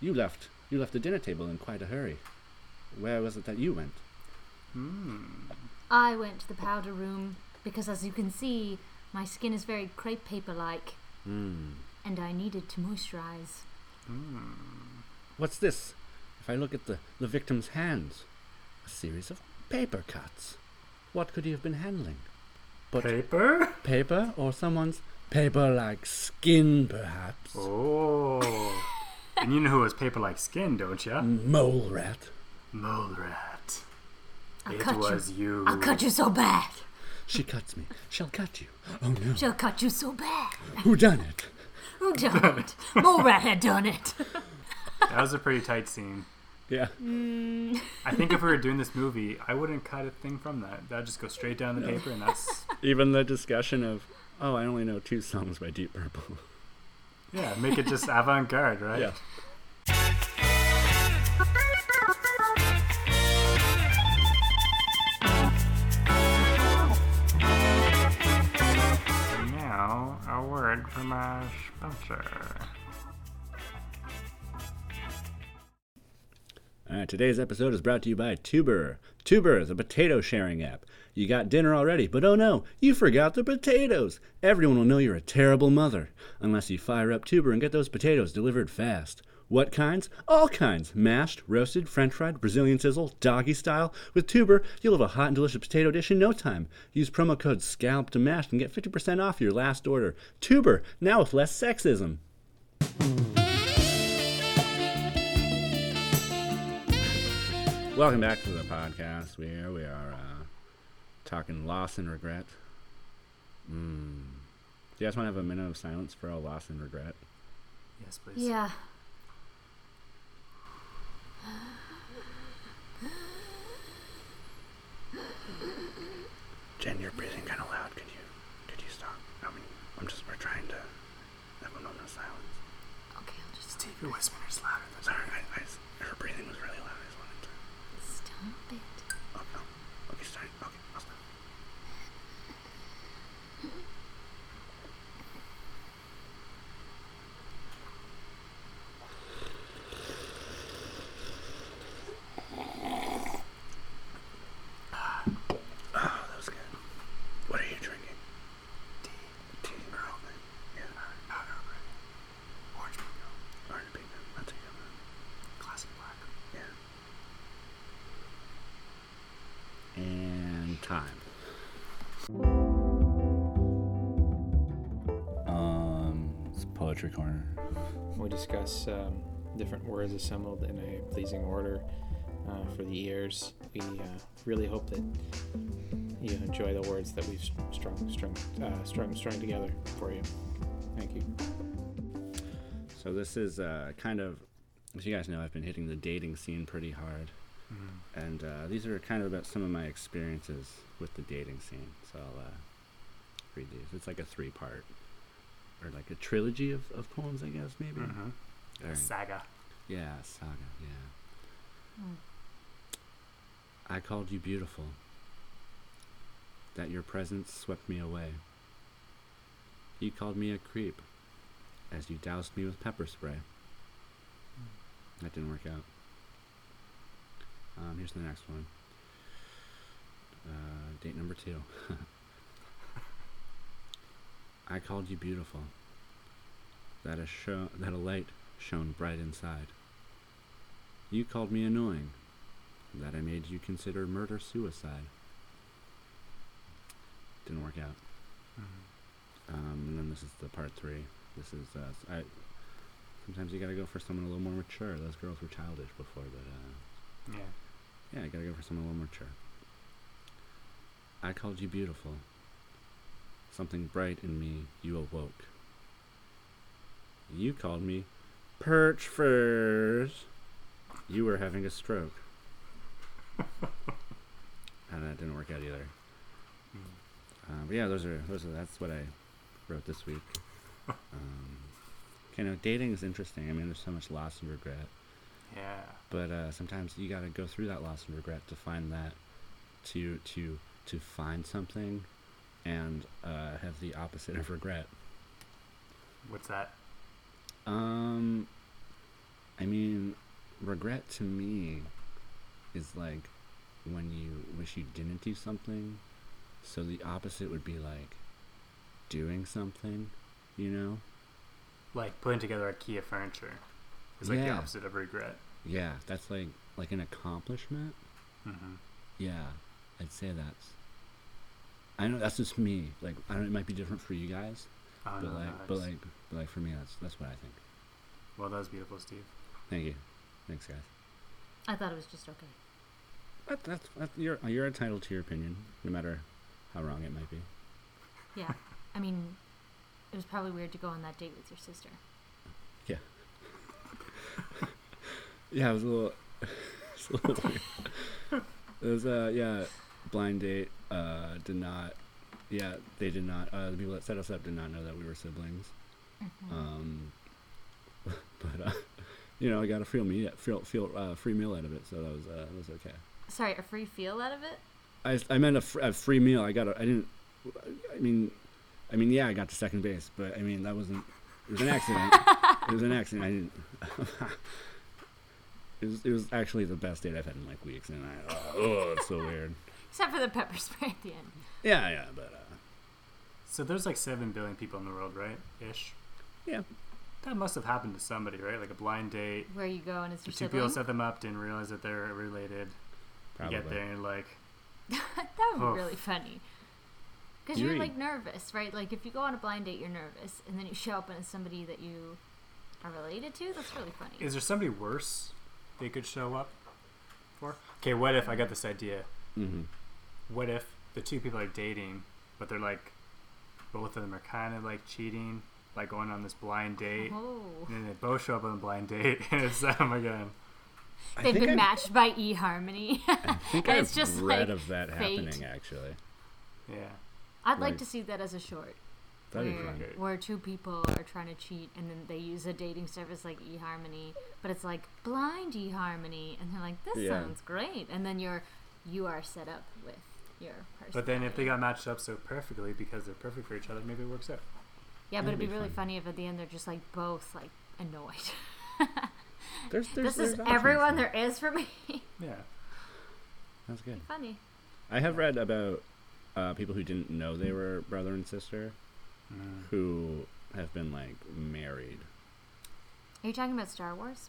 S2: you left, you left the dinner table in quite a hurry. Where was it that you went?
S4: I went to the powder room because, as you can see, my skin is very crepe paper like, and I needed to moisturize.
S2: What's this? If I look at the, the victim's hands, a series of paper cuts. What could he have been handling? But
S3: Paper?
S2: paper or someone's paper like skin, perhaps?
S3: Oh. and you know who has paper like skin, don't ya?
S2: Mole rat.
S3: Mole rat.
S4: I'll
S3: it
S4: cut
S3: was you.
S4: I'll cut you so bad.
S2: She cuts me. She'll cut you. Oh no.
S4: She'll cut you so bad.
S2: Who done it?
S4: Who done it? More rat had done it.
S3: That was a pretty tight scene.
S2: Yeah.
S3: I think if we were doing this movie, I wouldn't cut a thing from that. That'd just go straight down the paper, and that's
S2: Even the discussion of, oh, I only know two songs by Deep Purple.
S3: yeah, make it just avant-garde, right?
S2: Yeah.
S3: Now, a word from our sponsor.
S2: All right, today's episode is brought to you by Tuber. Tuber is a potato sharing app. You got dinner already, but oh no, you forgot the potatoes. Everyone will know you're a terrible mother unless you fire up Tuber and get those potatoes delivered fast. What kinds? All kinds. Mashed, roasted, french fried, Brazilian sizzle, doggy style. With Tuber, you'll have a hot and delicious potato dish in no time. Use promo code SCALP to MASHED and get 50% off your last order. Tuber, now with less sexism. Welcome back to the podcast. We are, we are uh, talking loss and regret. Mm. Do you guys want to have a minute of silence for all loss and regret?
S3: Yes, please.
S4: Yeah.
S2: Jen, you're breathing kind of loud. Could you could you stop? I mean, I'm just we're trying to have a moment of silence.
S4: Okay, I'll just
S3: Take your whispers louder.
S2: Sorry, I, I, her breathing was really loud. I just wanted to.
S4: stop it.
S2: Oh no. Okay, sorry. Okay, I'll stop. Oh, that was good. What are you drinking? Tea. Tea. Earl Grey. Yeah. Not Earl Grey. Orange Pinot. Orange Pinot. I'll take that one. Classic black. Yeah and time. Um, it's poetry corner.
S5: We discuss um, different words assembled in a pleasing order uh, for the ears. We uh, really hope that you enjoy the words that we've strung, strung, uh, strung, strung together for you. Thank you.
S2: So this is uh, kind of, as you guys know, I've been hitting the dating scene pretty hard, and uh, these are kind of about some of my experiences with the dating scene. So I'll uh, read these. It's like a three-part, or like a trilogy of, of poems, I guess maybe.
S3: Mhm.
S2: All right.
S3: Saga.
S2: Yeah, Saga, yeah. I called you beautiful. That your presence swept me away. You called me a creep as you doused me with pepper spray. That didn't work out. Um, here's the next one. Uh, date number two. I called you beautiful. That a show that a light shone bright inside. You called me annoying. That I made you consider murder suicide. Didn't work out. Um, and then this is the part three. This is uh, s- I. Sometimes you gotta go for someone a little more mature. Those girls were childish before, but uh,
S3: Yeah.
S2: yeah, I gotta go for someone a little more mature. I called you beautiful. Something bright in me, you awoke. You called me perch furs. You were having a stroke. and that didn't work out either.
S3: Mm-hmm.
S2: Uh, but yeah, those are those are that's what I wrote this week. Um, you know, dating is interesting. I mean, there's so much loss and regret
S3: Yeah.
S2: but uh, sometimes you got to go through that loss and regret to find that to to to find something and uh, have the opposite of regret
S3: What's that?
S2: um i mean regret to me is like when you wish you didn't do something so the opposite would be like doing something you know
S3: Like putting together IKEA furniture. It's like the
S2: Yeah.
S3: opposite of regret.
S2: yeah that's like like an accomplishment
S3: hmm
S2: Yeah, I'd say that's. I know that's just me. Like I don't. It might be different for you guys,
S3: Oh,
S2: but
S3: no,
S2: like,
S3: no, I
S2: but
S3: just-
S2: like, but like for me, that's that's what I think.
S3: Well, that was beautiful, Steve.
S2: Thank you. Thanks, guys.
S4: I thought it was just okay.
S2: That, that's that, you're you're entitled to your opinion, no matter how wrong it might be.
S4: Yeah. I mean, it was probably weird to go on that date with your sister.
S2: Yeah, it was a little, it's a little weird. It was uh yeah, blind date. Uh, did not. Yeah, they did not. Uh, the people that set us up did not know that we were siblings. Um, but uh, you know, I got a free meal, feel, feel, uh, free meal out of it, so that was uh, that was okay.
S4: Sorry, a free feel out of it?
S2: I, I meant a, fr- a free meal. I got a, I didn't. I mean, I mean, yeah, I got to second base, but I mean that wasn't. It was an accident. it was an accident. I didn't. it was. It was actually the best date I've had in like weeks, and I. oh, it's so weird.
S4: Except for the pepper spray at the end.
S2: Yeah, yeah, but uh,
S3: So there's like seven billion people in the world, right? Ish.
S2: Yeah.
S3: That must have happened to somebody, right? Like a blind date.
S4: Where you go and it's
S3: Two
S4: your sibling.
S3: people set them up, didn't realize that they're related.
S2: probably.
S3: You get there and you're like,
S4: that would
S3: Oh.
S4: be really funny. Because you're
S2: Eerie.
S4: like nervous, right? Like if you go on a blind date, you're nervous, and then you show up and it's somebody that you are related to. That's really funny.
S3: is there somebody worse they could show up for? Okay, what if I got this idea?
S2: Mm-hmm.
S3: What if the two people are dating, but they're like, both of them are kind of like cheating, like going on this blind date,
S4: oh,
S3: and then they both show up on a blind date, and it's oh my god,
S4: they've been
S2: I've,
S4: matched by eHarmony.
S2: I think
S4: and
S2: I've
S4: it's just, like,
S2: read of that
S4: fate.
S2: happening actually.
S3: yeah.
S4: I'd like
S2: Right.
S4: to see that as a short,
S2: That'd be
S4: where,
S2: fun.
S3: great.
S4: where two people are trying to cheat, and then they use a dating service like eHarmony, but it's like blind eHarmony, and they're like, "This
S2: Yeah.
S4: sounds great," and then you're you are set up with your person.
S3: But then if they got matched up so perfectly because they're perfect for each other, maybe it works out.
S4: Yeah, but it'd
S2: That'd
S4: be,
S2: be
S4: really
S2: fun.
S4: funny if at the end they're just like both like annoyed.
S2: There's, there's,
S4: this is
S2: there's
S4: everyone
S2: options
S4: there is for me.
S3: Yeah.
S2: That's good.
S4: funny.
S2: I have read about uh, people who didn't know they were brother and sister who have been like married.
S4: Are you talking about Star Wars?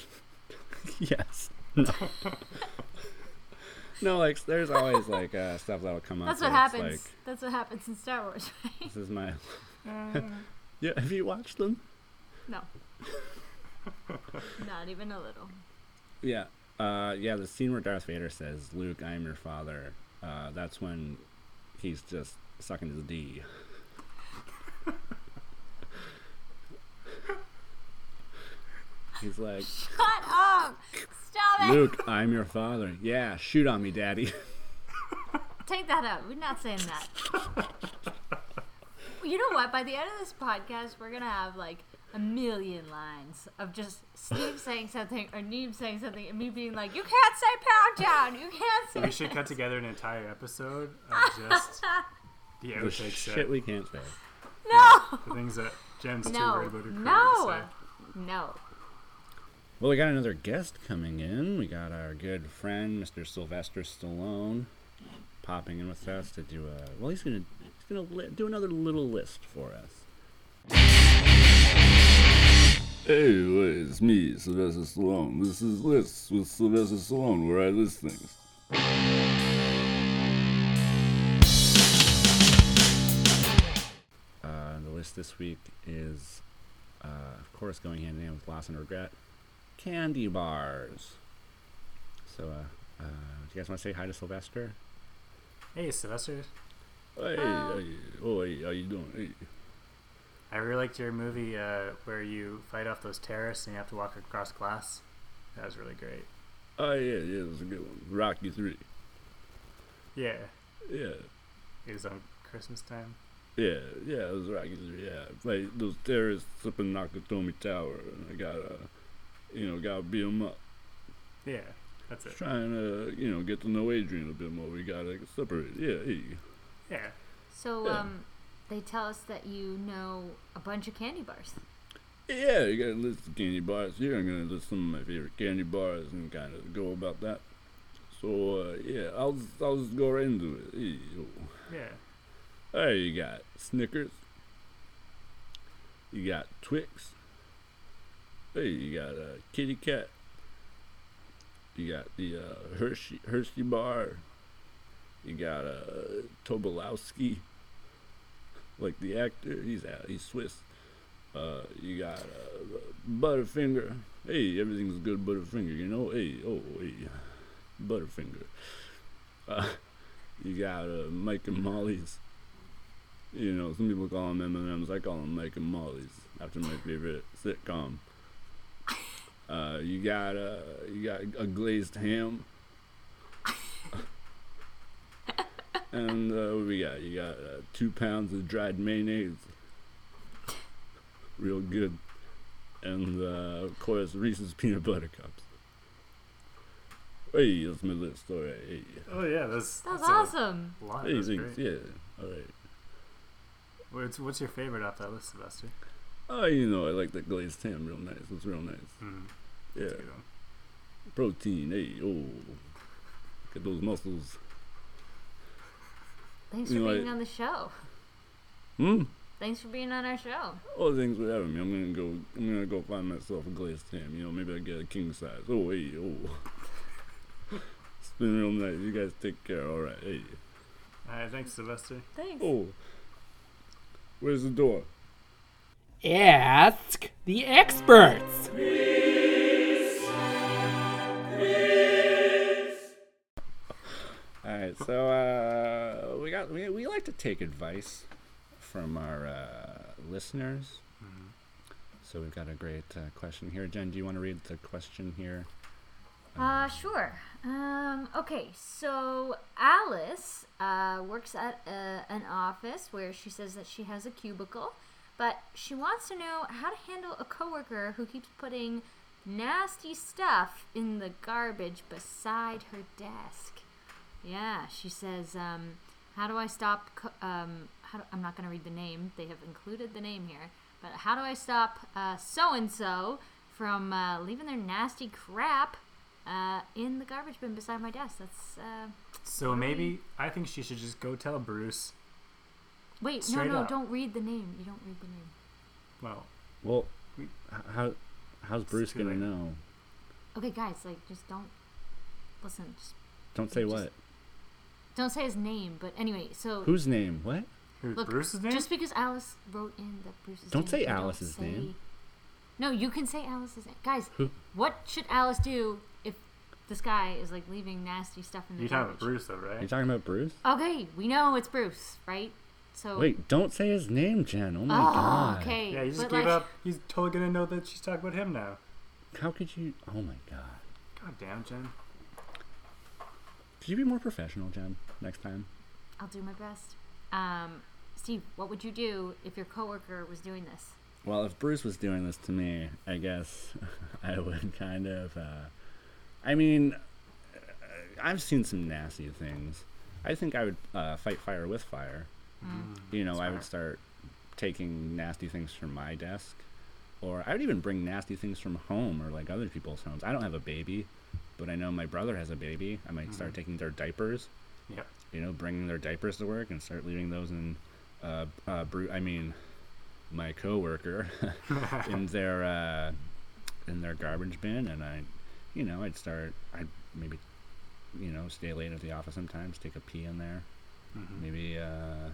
S2: yes. No. no, like there's always like uh, stuff that'll come up.
S4: That's what
S2: where it's
S4: happens. That's what happens in Star Wars.
S2: Like, this is my.
S4: Mm.
S2: yeah, have you watched them?
S4: no. Not even a little.
S2: Yeah. Uh, yeah, the scene where Darth Vader says, "Luke, I am your father." Uh, that's when he's just sucking his D. he's like,
S4: Shut up! Stop it!
S2: Luke, I'm your father. Yeah, shoot on me, daddy.
S4: Take that out. We're not saying that. you know what? By the end of this podcast, we're gonna have like a million lines of just Steve saying something or Neem saying something and me being like, "You can't say pound down. You can't say."
S3: We should cut together an entire episode of just the
S2: the
S3: outtakes
S2: shit
S3: set.
S2: we can't say.
S4: No.
S3: The things that Jen's too
S4: No.
S3: worried about her career
S4: No.
S3: to say.
S4: No.
S2: Well, we got another guest coming in. We got our good friend, Mr. Sylvester Stallone, popping in with us to do a. Well, he's gonna he's gonna li- do another little list for us.
S6: Hey, it's me, Sylvester Stallone. This is Lists with Sylvester Stallone, where I list things.
S2: Uh, the list this week is, uh, of course, going hand in hand with loss and regret, candy bars. So, uh, uh, do you guys want to say hi to Sylvester?
S3: Hey, Sylvester,
S6: Hey, hey, oh, hey, how you doing? Hey.
S3: I really liked your movie uh, where you fight off those terrorists and you have to walk across glass. That was really great.
S6: Oh, yeah, yeah, that's a good one. Rocky 3.
S3: Yeah,
S6: Yeah,
S3: it was on Christmas time.
S6: yeah, yeah, it was Rocky 3. Yeah, I played those terrorists up in Nakatomi Tower, and I got, uh, you know, got to beat 'em up.
S3: Yeah, that's it.
S6: Trying to, you know, get to know Adrian a bit more. We got to separate. Yeah, hey.
S3: Yeah,
S4: So
S6: Yeah.
S4: um, they tell us that you know a bunch of candy bars.
S6: Yeah, you gotta list the candy bars here. I'm gonna list some of my favorite candy bars and kind of go about that. So uh, yeah, I'll just- I'll just go right into it. Hey, yo.
S3: yeah.
S6: All right, you got Snickers. You got Twix. Hey, you got uh, Kitty Kat. You got the uh, Hershey Hershey bar. You got uh, Tobolowski. Like the actor, he's out. He's Swiss. Uh, you got uh, Butterfinger. Hey, everything's good Butterfinger, you know. Hey, oh, hey. Butterfinger. Uh, you got uh, Mike and Molly's. You know, some people call them M&M's. I call them Mike and Molly's after my favorite sitcom. Uh, you got uh, you got a glazed ham. and uh, what we got? You got uh, two pounds of dried mayonnaise. Real good. And uh, of course, Reese's peanut butter cups. Hey, that's my little story. Hey,
S3: Oh yeah, that's
S4: That's
S3: a
S4: awesome.
S3: lot.
S6: hey
S3: Oh, That's
S6: thanks.
S3: great.
S6: Yeah, all right.
S3: What's, what's your favorite off that list, Sylvester?
S6: Oh, you know, I like that glazed ham real nice. It's real nice.
S3: Mm, that's a
S6: Yeah.
S3: good one.
S6: Protein. Hey, oh. Look at those muscles.
S4: Thanks for
S6: You know,
S4: being
S6: I-
S4: on the show.
S6: Hmm?
S4: Thanks for being on our show.
S6: All things would have me. I'm gonna go. I'm gonna go find myself a glazed ham. You know, maybe I get a king size. Oh, hey, oh. it's been real nice. You guys take care. All right. Hey.
S3: All right, thanks, Sylvester.
S4: Thanks.
S6: Oh. Where's the door?
S5: Ask the experts.
S2: All right, so uh, we got we, we like to take advice from our uh, listeners. So we've got a great uh, question here. Jen, do you want to read the question here?
S4: Uh, sure. Um, okay, so Alice uh, works at uh, an office where she says that she has a cubicle, but she wants to know how to handle a coworker who keeps putting nasty stuff in the garbage beside her desk. Yeah, she says, um, how do I stop? Co- um, how do- I'm not going to read the name. They have included the name here. But how do I stop so and so from uh, leaving their nasty crap uh, in the garbage bin beside my desk? That's. Uh,
S3: So maybe I think she should just go tell Bruce.
S4: wait,
S3: Straight
S4: no, no,
S3: up.
S4: don't read the name. You don't read the name.
S3: Well,
S2: Well,
S3: We-
S2: h- how how's Bruce
S3: too
S2: gonna
S3: late.
S2: know?
S4: Okay, guys, like, just don't. Listen, just
S2: Don't say
S4: Just-
S2: what.
S4: don't say his name. But anyway, so.
S2: Whose name? What?
S3: who,
S4: Look,
S3: Bruce's name?
S4: Just because Alice wrote in that Bruce's
S2: Don't
S4: name,
S2: say
S4: you
S2: Alice's
S4: say-
S2: name.
S4: No, you can say Alice's name. Guys,
S2: Who-
S4: what should Alice do if this guy is like leaving nasty stuff in the
S3: You're talking about
S4: garbage?
S3: Bruce, though,
S2: Are you
S3: right?
S2: talking about Bruce?
S4: Okay, we know it's Bruce, right? So
S2: Wait, don't say his name, Jen. Oh my
S4: Oh,
S2: god.
S4: okay.
S3: Yeah, you just
S4: but,
S3: gave
S4: like,
S3: up. He's totally gonna know that she's talking about him now.
S2: How could you? Oh my god.
S3: God damn, Jen.
S2: Could you be more professional, Jen, next time?
S4: I'll do my best. Um, Steve, what would you do if your coworker was doing this?
S2: Well, if Bruce was doing this to me, I guess I would kind of. Uh, I mean, uh, I've seen some nasty things. I think I would uh, fight fire with fire. you know, I would start taking nasty things from my desk, or I would even bring nasty things from home or like other people's homes. I don't have a baby, but I know my brother has a baby. I might start taking their diapers
S3: Yep.
S2: you know, bringing their diapers to work and start leaving those in, uh, uh, Bru- I mean, my coworker in their uh, in their garbage bin, and I, you know, I'd start, I'd maybe, you know, stay late at the office sometimes, take a pee in there,
S3: Mhm.
S2: maybe uh,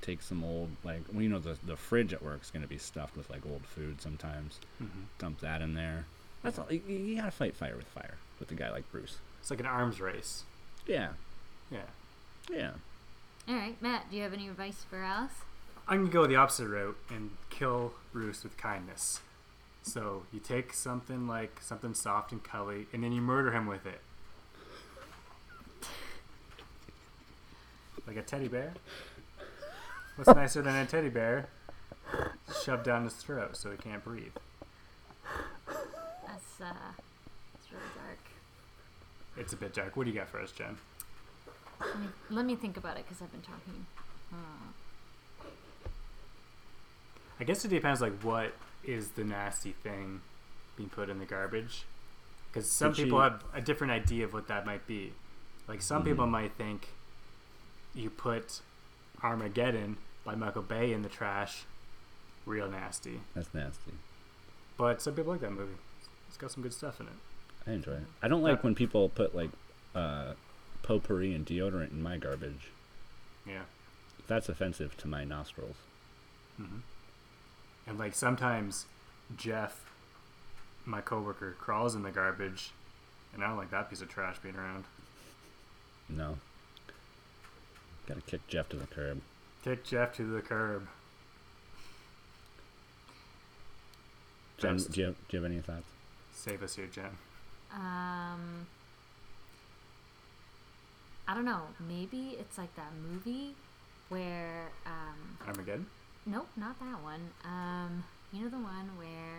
S2: take some old like, well, you know, the the fridge at work's gonna be stuffed with like old food sometimes.
S3: Mhm.
S2: Dump that in there. That's all. You, you gotta fight fire with fire with a guy like Bruce.
S3: It's like an arms race.
S2: Yeah,
S3: Yeah.
S2: yeah.
S4: All right, Matt, do you have any advice for Alice?
S3: I'm gonna go the opposite route and kill Bruce with kindness. So you take something like something soft and cuddly, and then you murder him with it, like a teddy bear. What's nicer than a teddy bear? Shoved down his throat so he can't breathe.
S4: That's uh, it's really dark.
S3: It's a bit dark. What do you got for us, Jen?
S4: Let me, let me think about it because I've been talking. Uh,
S3: I guess it depends, like what is the nasty thing being put in the garbage? Because some
S2: Did
S3: people
S2: you- Mm-hmm.
S3: have a different idea of what that might be. Like some people might think you put Armageddon by Michael Bay in the trash, real nasty.
S2: That's nasty.
S3: But some people like that movie. It's got some good stuff in it.
S2: I enjoy it. I don't like
S3: Uh,
S2: when people put like uh, potpourri and deodorant in my garbage.
S3: Yeah.
S2: That's offensive to my nostrils.
S3: And like sometimes Jeff, my coworker, crawls in the garbage And I don't like that piece of trash being around.
S2: No. Gotta kick Jeff to the curb.
S3: Kick Jeff to the curb.
S2: Jen,
S3: Best.
S2: do you, do you have any thoughts?
S3: Save us here, Jen.
S4: Um, I don't know. Maybe it's like that movie where um,
S3: Armageddon?
S4: nope, not that one. Um, you know the one where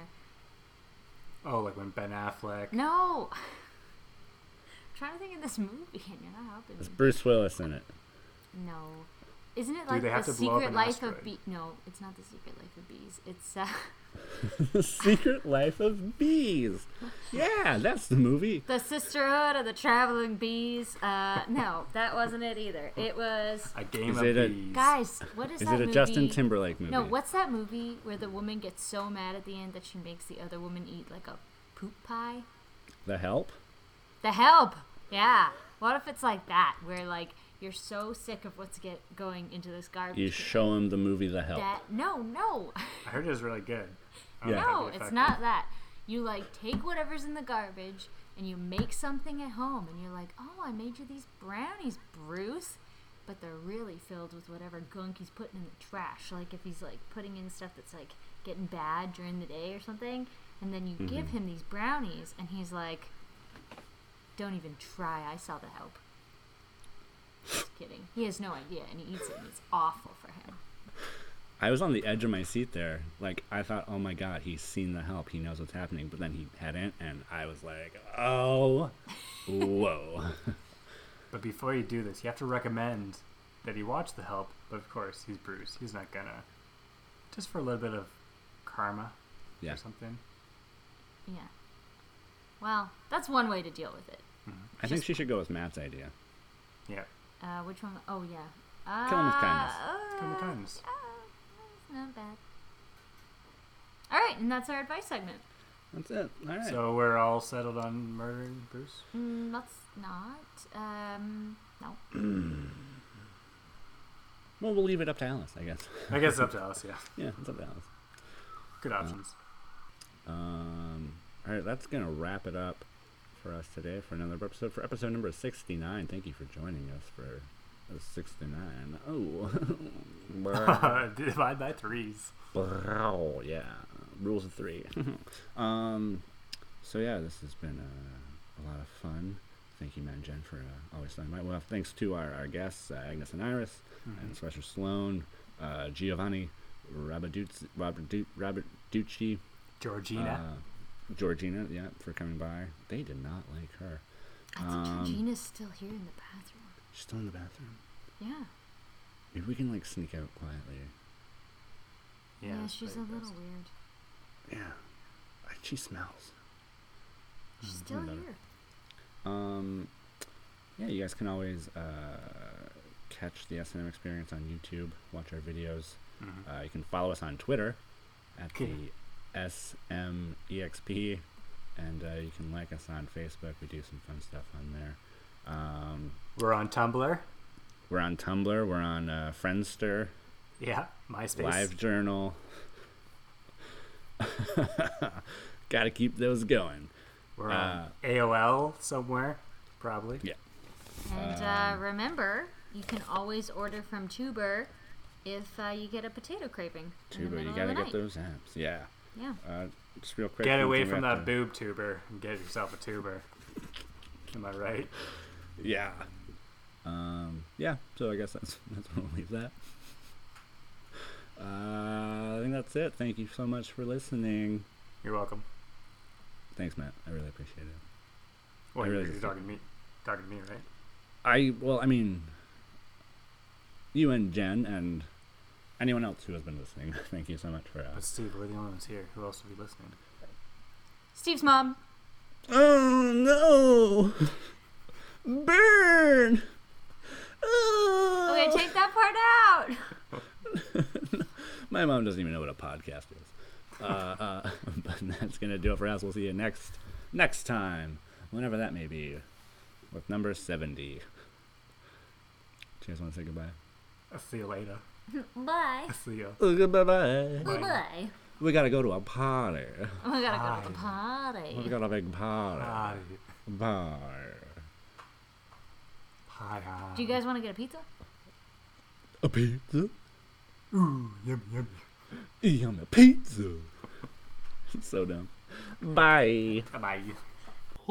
S3: Oh, like when Ben Affleck.
S4: no. I'm trying to think of this movie, and you're not helping
S2: Is
S4: me.
S2: Bruce Willis in it?
S4: No. Isn't it like
S3: they have
S4: the
S3: to blow up
S4: Secret
S3: an
S4: Life
S3: asteroid?
S4: of Bees? No, it's not the Secret Life of Bees. It's uh,
S2: the Secret Life of Bees. Yeah, that's the movie.
S4: the Sisterhood of the Traveling Bees. Uh, no, that wasn't it either. It was
S3: A game
S2: Is
S3: of
S2: it a-
S3: bees.
S4: guys. What is,
S2: Is
S4: that
S2: it a
S4: movie?
S2: Justin Timberlake movie?
S4: No, what's that movie where the woman gets so mad at the end that she makes the other woman eat like a poop pie?
S2: The Help?
S4: The Help. Yeah. What if it's like that, where like you're so sick of what's get going into this garbage?
S2: You
S4: can
S2: show him the movie The Help.
S4: that no, no,
S3: I heard it was really good. I
S2: Yeah.
S3: don't
S4: no.
S3: know if I'd be
S4: It's
S3: affected.
S4: not that. You like take whatever's in the garbage and you make something at home, and you're like, oh, I made you these brownies, Bruce. But they're really filled with whatever gunk he's putting in the trash. Like if he's like putting in stuff that's like getting bad during the day or something, and then you give him these brownies, and he's like, "Don't even try. I saw the help." Just kidding. He has no idea, and he eats it, and it's awful for him.
S2: I was on the edge of my seat there. Like, I thought, oh my God, he's seen The Help. He knows what's happening. But then he hadn't. And I was like, oh, whoa.
S3: But before you do this, you have to recommend that he watch The Help. But of course, he's Bruce. He's not gonna. Just for a little bit of karma
S2: Yeah.
S3: or something.
S4: Yeah. Well, that's one way to deal with it.
S2: I think she should go with Matt's idea.
S3: Yeah.
S4: Uh, which one? Oh yeah. Uh,
S2: Kill 'em with kindness.
S3: Kill 'em with kindness.
S4: Uh, that's not bad. All right, and that's our advice segment.
S2: That's it. All right.
S3: So we're all settled on murdering Bruce.
S4: Mm, let's not. Um, no.
S2: well, we'll leave it up to Alice, I guess.
S3: I guess up to us. Yeah.
S2: Yeah, it's up to Alice. Uh.
S3: Good options.
S2: Um, all right, that's going to wrap it up for us today for another episode. For episode number 69, thank you for joining us for uh, 69. Oh,
S3: Uh, Divide by threes.
S2: Brow, yeah. Rules of three. um, so, yeah, this has been uh, a lot of fun. Thank you, Matt and Jen, for uh, always stopping by. Well, thanks to our, our guests, uh, Agnes and Iris, and Spencer Sloan, uh, Giovanni, Robert Ducci,
S3: Georgina.
S2: uh, Georgina, yeah, for coming by. They did not like her.
S4: I think
S2: Um,
S4: Georgina's still here in the bathroom.
S2: She's still in the bathroom.
S4: Yeah.
S2: Maybe we can, like, sneak out quietly.
S4: Yeah,
S3: that's
S4: she's a
S3: pretty
S4: little
S3: gross.
S4: weird.
S2: Yeah. Uh, She smells.
S4: She's still
S2: better.
S4: here.
S2: Um, yeah, you guys can always uh, catch the S&M Experience on YouTube, watch our videos. Uh, you can follow us on Twitter at the SMEXP, and uh, you can like us on Facebook. We do some fun stuff on there. Um,
S3: We're on Tumblr.
S2: we're on Tumblr. We're on uh, Friendster,
S3: Yeah. MySpace.
S2: Live Journal. Got to keep those going.
S3: We're on AOL somewhere, probably.
S2: Uh, Yeah.
S4: And uh, remember, you can always order from Tuber if uh, you get a potato craving. in the
S2: Tuber, you
S4: middle
S2: got
S4: of
S2: to
S4: the
S2: get
S4: night.
S2: those apps. Yeah.
S4: Yeah.
S2: Uh, just real quick.
S3: Get
S2: we
S3: away
S2: can
S3: from
S2: wrap
S3: that
S2: the-
S3: boob tuber and get yourself a tuber. Am I right?
S2: Yeah. Um, yeah. So I guess that's that's where we'll leave that. Uh, I think that's it. Thank you so much for listening.
S3: You're welcome.
S2: Thanks, Matt. I really appreciate it.
S3: Well,
S2: I
S3: you're
S2: really
S3: you're
S2: just-
S3: talking to me. Talking to me, right?
S2: I well, I mean, you and Jen and anyone else who has been listening, thank you so much for uh,
S3: But
S2: us.
S3: Steve, we're the only ones here. Who else would be listening?
S4: Steve's mom.
S2: Oh no! Burn!
S4: Okay, take that part out.
S2: My mom doesn't even know what a podcast is. Uh, uh, but that's gonna do it for us. We'll see you next next time, whenever that may be, with number seventy. Do you guys want to say goodbye?
S3: I'll see you later.
S4: Bye.
S3: I'll see ya.
S2: goodbye. Bye.
S4: Bye.
S2: We gotta go to a party.
S4: Oh, we gotta go to the party.
S2: We got a big party.
S3: Bye.
S2: Bar.
S3: Hi, hi.
S4: Do you guys want to get a pizza?
S2: A pizza?
S3: Ooh, yum, yum.
S2: Yum, a pizza. so dumb. Bye.
S3: yum. Bye.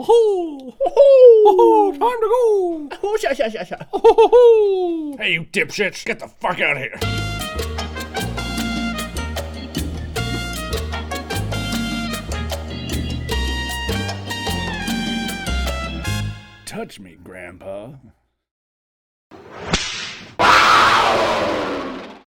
S5: Oh, oh, time to go.
S2: Oh, sha, sha, sha, sha.
S5: Oh,
S6: Hey, you dipshits, get the fuck out of here. Touch me, Grandpa.